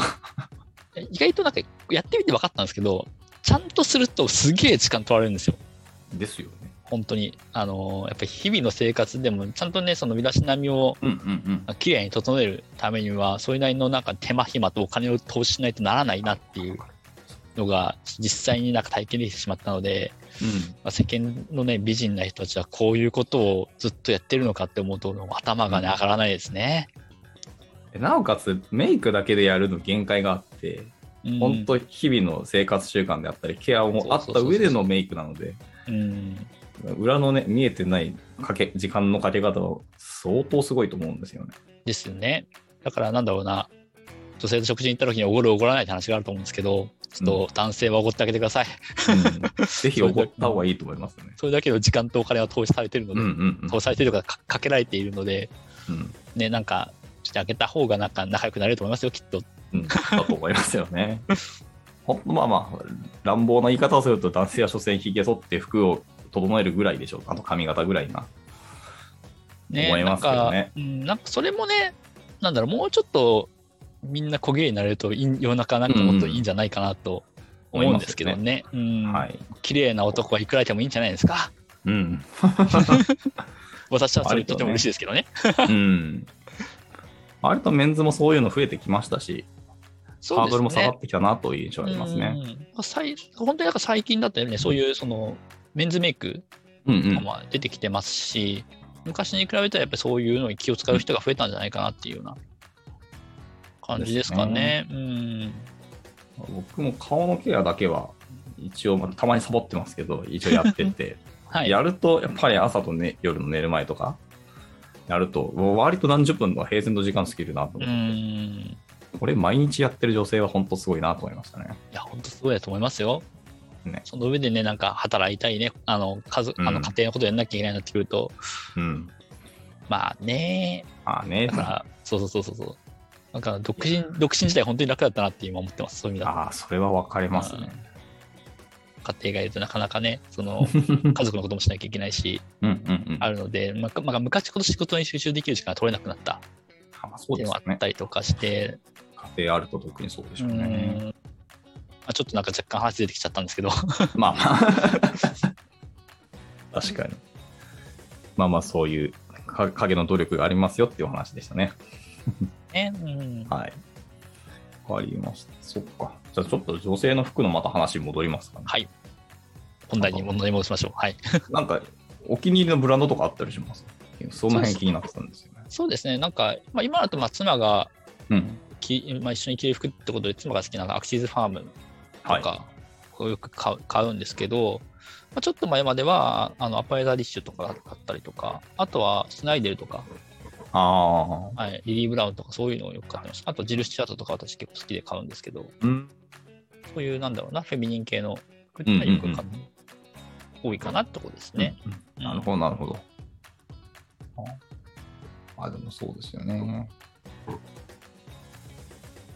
意外となんかやってみて分かったんですけど、ちゃんとするとすげえ時間取られるんですよ。ですよね。本当に。あのやっぱり日々の生活でも、ちゃんとね、その身だしなみをうんうん綺麗に整えるためには、それなりのなんか手間暇とお金を投資しないとならないなっていうのが、実際になんか体験できてしまったので、うん。うんまあ世間のね、美人な人たちはこういうことをずっとやってるのかって思うと、頭がね、上がらないですね。なおかつメイクだけでやるの限界があって、うん本当日々の生活習慣であったりケアもあった上でのメイクなのでうん。裏のね見えてないかけ時間のかけ方は相当すごいと思うんですよね。ですよね。だからなんだろうな、女性と食事に行った時におごるおごらないって話があると思うんですけど、ちょっと男性はおごってあげてください。 うんぜひ怒った方がいいと思いますね。それだけの時間とお金は投資されてるのうんで、うんうん投資されてるとかかかけられているので、うんね、なんかしてあげた方がなんか仲良くなれると思いますよ、きっと。うんだと思いますよね。ほんとまあまあ乱暴な言い方をすると男性は所詮ひげ剃って服を整えるぐらいでしょうあと髪型ぐらいな。ね、思いますけどねなんか、うん、なんかそれもね、なんだろう、もうちょっとみんな小芸になれるといい、世の中なんかもっといいんじゃないかなと思うんですけど思いね。うんはい。綺麗な男はいくらいてもいいんじゃないですか。うん。私はそれとても嬉しいですけどね。うん。割とメンズもそういうの増えてきましたし、そうハでードすねルも下がってきたなという印象がありますね。うんまあ最本当になんか最近だったよね、そういうそのメンズメイクうんうとかん。も出てきてますし、昔に比べたらやっぱりそういうのに気を使う人が増えたんじゃないかなっていうような感じですかね。うん僕も顔のケアだけは、一応、まあたまにサボってますけど、一応やってて、 はい、やると、やっぱり朝と、ね、夜の寝る前とか、やると、もう割と何十分の平然と時間過ぎるなとう思んって、いこれ毎日やってる女性は本当すごいなと思いましたね。や、本当すごいだと思いますよ。ね。その上でね、なんか働いたりね、あの家族、あうのん家庭のことやんなきゃいけないなってくると、うん。まあね、まあね だ。から、そうそうそうそうそう。なんか独身、独身自体本当に楽だったなって今思ってます。そういう意味だと。ああ、それは分かりますね。家庭がいるとなかなかね、その家族のこともしなきゃいけないし、うんうんうん。あるので、まあ、まあ、昔ほど仕事に集中できる時間が取れなくなったっあまあそうてでいうすのがよあっね。たりとかして、家庭あると特にそうでしょううね。んまあ、ちょっとなんか若干話出てきちゃったんですけど、まあま あ。確かに。まあまあ、そういうか影の努力がありますよっていうお話でしたね。ねうん、はい。わかりました。そっか。じゃあちょっと女性の服のまた話に戻りますかね。はい本題に戻り戻しましょう。はい、 なんか、お気に入りのブランドとかあったりしますその辺気になってたんですよね。そうですね、なんか、まあ、今だとまあ妻がうん。き、まあ、一緒に着る服ってことで、妻が好きなのがアクシーズファームとはい。か、こうよく買う買うんですけど、まあ、ちょっと前まではあのアパレラディッシュとかだったりとか、あとはスナイデルとか、ああ。はい、リリー・ブラウンとかそういうのをよく買ってました。あとジル・スチュアートとか私結構好きで買うんですけど、うん。そういうなんだろうな、フェミニン系の服っうんてうんうんよく買って、多いかなってことですね。うん。なるほど、なるほど。ああ、でもそうですよ ね。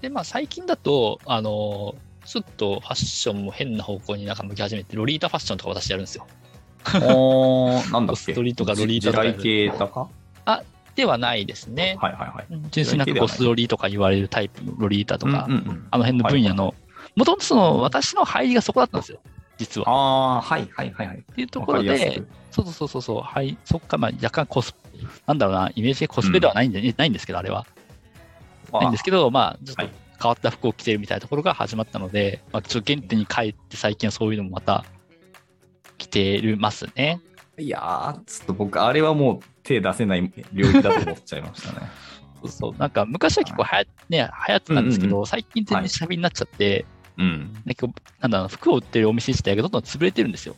で、まあ、最近だと、あのーちょっとファッションも変な方向になんか向き始めて、ロリータファッションとか私やるんですよ。おー、なんだっけストリートかロリータとか時代系だかではないですね。はいはいはい。純粋になんかゴスロリーとか言われるタイプのロリータとか、うんうんうんあの辺の分野はいの、もともとその私の入りがそこだったんですよ、実は。ああ、はいはいはいはい。っていうとわこかろりやすで、く。そうそうそうそう、はい、そっか、まあ、若干コス、なんだろうな、イメージでコスプレではないんで、ないんですけど、あれは。ないんですけど、まあ、ちょっとはい変わった服を着てるみたいなところが始まったので、まあ、ちょっと原点に帰って、最近はそういうのもまた着てるますね。いやー、ちょっと僕、あれはもう手出せない領域だと思っちゃいましたね。 そうそうなんか昔は結構はや、ね、流行ってたんですけど、うんうん最近全然下火になっちゃって、うん。なんかなんだろう服を売ってるお店自体がどんどん潰れてるんですよ。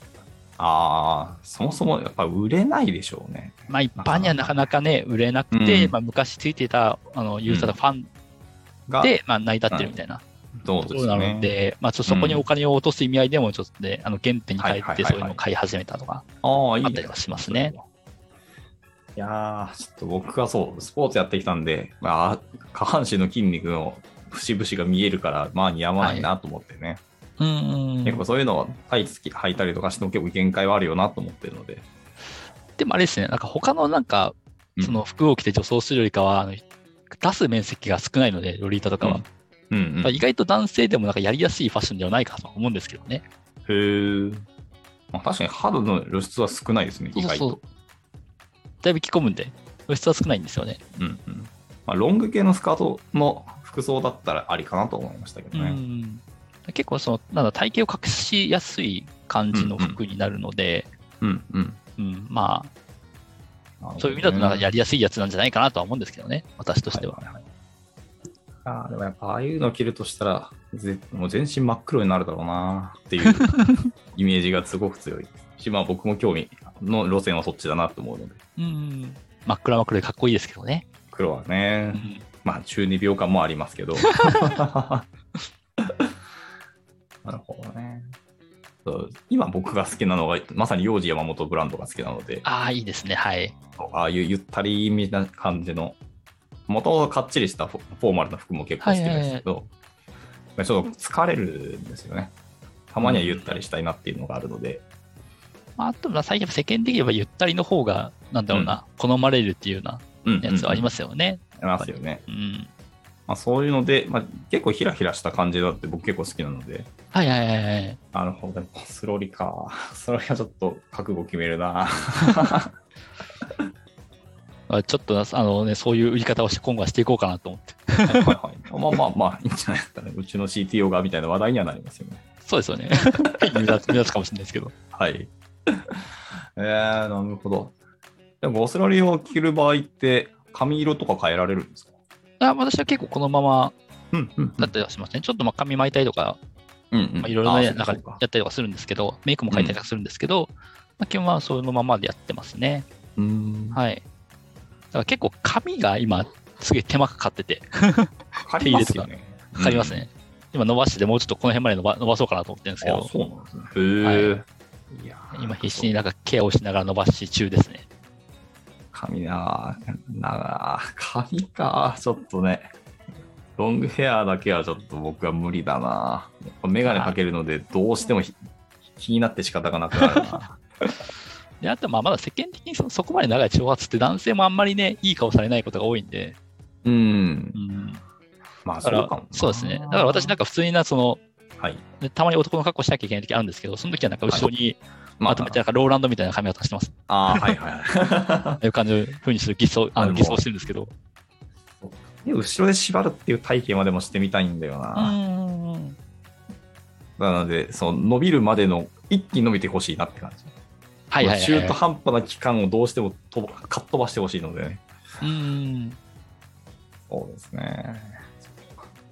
ああ、そもそもやっぱ売れないでしょうね。まあ、一般にはなかなかね、売れなくて、うんまあ、昔ついてたあのユーザーのファンが、で、まあ、成り立ってるみたいなどうでとこすろなねの。で、まあ、ちょっとそこにお金を落とす意味合いでも、ちょっとね、あの原点に帰はいはっいはいて、はいそういうのを買い始めたとか、ああ、いいあねったりはしますね。いやー、ちょっと僕はそう、スポーツやってきたんで、まあ、下半身の筋肉の節々が見えるから、まあ似合わないなと思ってね。うんうん結構そういうのはタイツき履いたりとかしても結構限界はあるよなと思ってるので。でもあれですね、なんか他のなんかう、んその服を着て女装するよりかは、あの出す面積が少ないので、ロリータとかは。うんうん。まあ意外と男性でもなんかやりやすいファッションではないかと思うんですけどね。へーまあ、確かに肌の露出は少ないですね、意外と。そうそうだいぶ着込むんで、露出は少ないんですよね。うんうんまあ、ロング系のスカートの服装だったらありかなと思いましたけどね。うん結構その、なんだ、体型を隠しやすい感じの服になるので、うんうん。うんまあ、なるほどねそういう意味だとなんかやりやすいやつなんじゃないかなとは思うんですけどね、私としては。いいいあーでもやっぱああいうの着るとしたらぜもう全身真っ黒になるだろうなって いうイメージがすごく強いしまあ僕も興味の路線はそっちだなと思うのでうん真っ暗真っ暗でかっこいいですけどね。黒はねうんまあ中二病感もありますけ どなるほどねそう今僕が好きなのがまさに幼児山本ブランドが好きなのでああ、いいですね、はい。ああいうゆったりみたいな感じの、もともとかっちりしたフォフォーマルな服も結構好きですけど、ちょっと疲れるんですよね。たまにはゆったりしたいなっていうのがあるので、まあ、あとは最近は世間的に言えばゆったりの方が、なんだろうな、好まれるっていうようなうん。やつはありますすよね。ありますよね。うん。まあ、そういうので、まあ、結構ヒラヒラした感じだって僕結構好きなので、はいはいはいはい。なるほど、スロリか。 それはちょっと覚悟決めるな。まあちょっとな、あのね、そういう売り方をして今後はしていこうかなと思って。はいはい まあまあまあ、いいんじゃないですかね。うちの CTO がみたいな話題にはなりますよね。そうですよ ね。目立つ目立つかもしれないですけど。はい。 えー、なるほど。でも、ゴスラリを着る場合って、髪色とか変えられるんですかあ私は結構このままうん、うんだったりはしますね。ちょっとまあ髪巻いたりとか、うん、うまあいろいろね、あなんそかうやっかたりとかするんですけど、メイクも変えたりとかするんですけど、まあ、基本はそのままでやってますね。うーん。はい。だから結構髪が今、すげえ手間かかってて、かかりますよね。かかりますね。今伸ばしてて、もうちょっとこの辺まで伸ば伸ばそうかなと思ってるんですけあど、そうなんですね。へえ、い。やー今必死になんかケアをしながら伸ばし中ですね。髪なぁ、なぁ、髪か、ちょっとね。ロングヘアだけはちょっと僕は無理だなぁ。やっぱメガネかけるので、どうしてもひ気になって仕方がなくなるな。で、あとまあまだ世間的にそそこまで長い長髪って男性もあんまりね、いい顔されないことが多いんで、うん う。ん、まあ、だかそうらかもな。そうですね。だから私なんか普通にな、その、はい。でたまに男の格好しなきゃいけない時あるんですけど、その時はなんか後ろにままとめて、なんかローランドみたいな髪型してます。ああ、はいはいはああいう感じの風にする偽装、あなるのほど偽装してるんですけど。い。で後ろで縛るっていう体験までもしてみたいんだような。ん。なので、その伸びるまでの、一気に伸びてほしいなって感じ。はいはいはい、中途半端な期間をどうしてもとばかっ飛ばしてほしいのでね。うん。そうですね。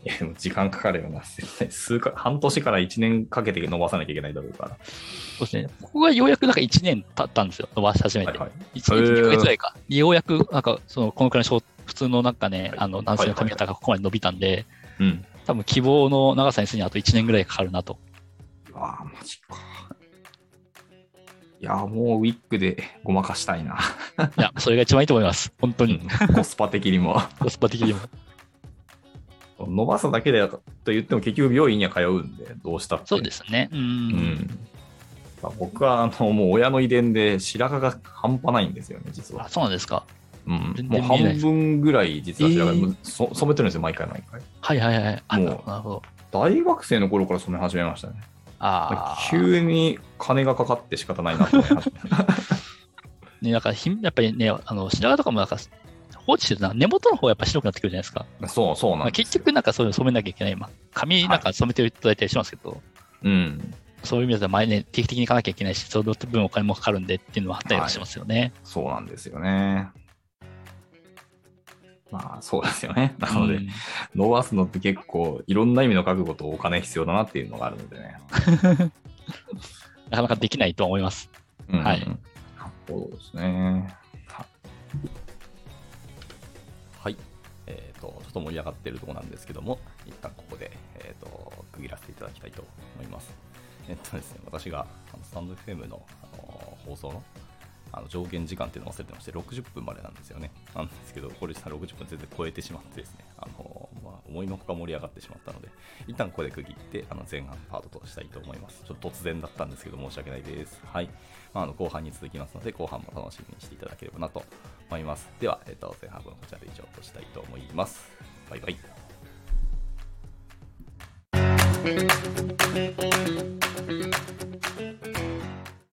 いや、でも時間かかるよな。 絶対数か半年から1年かけて伸ばさなきゃいけないだろうから。そうですね。ここがようやくなんか1年経ったんですよ。伸ばし始めはいて。はい。一1へ年ー2ヶ月ぐらいか。ようやく、なんか、その、このくらいの小普通のなんかねはい、あの、男性の髪型がここまで伸びたんで、うん。多分希望の長さにするにはあと1年ぐらいかか るなと。ああ、マジか。いや、もうウィッグでごまかしたいな。いや、それが一番いいと思います。本当うに。ん コスパ的にも。コスパ的にも。伸ばすだけでと言っても結局美容院には通うんで、どうしたって。そうですね。う。うんん。まあ僕はあのもう親の遺伝で白髪が半端ないんですよね、実あ、は。そうなんですか。うん、全もう然見えない半分ぐらい実は白髪、えーそ染めてるんですよ、毎回毎回。はいはいはい。あ、もうなるほどなるほど。大学生の頃から染め始めましたね。ああ。急に金がかかって仕方ないなと思いました。ね、なんかひん、やっぱりね、あの白髪とかもなんか放置してるとな、根元の方やっぱ白くなってくるじゃないですか。 そうそうまなあ、んです結よ。局、なんかそういうの染めなきゃいけない、今。髪なんか染めていただいたりしますけど、うん。そういう意味では毎年定期的に行かなきゃいけないし、その分お金もかかるんでっていうのはあったりはしますよね。そうなんですよね。まあそうですよね。なので、うん伸ばすのって結構いろんな意味の覚悟とお金必要だなっていうのがあるのでね。なかなかできないとは思います。うんはい。そうですね。ははい。えっ、と、ちょっと盛り上がってるところなんですけども、一旦ここで、えっ、と、区切らせていただきたいと思います。えっとですね、私が、あのスタンド FM のあの放送のあの上限時間っていうのを忘れてまして、60分までなんですよね。なんですけど、これ実は60分全然超えてしまってですね、あの、まあ、思いのほか盛り上がってしまったので、一旦ここで区切って、あの前半パートとしたいと思います。ちょっと突然だったんですけど、申し訳ないです。はい。まあ、あの後半に続きますので、後半も楽しみにしていただければなと思います。では、えっと、前半分はこちらで以上としたいと思います。バイバイ。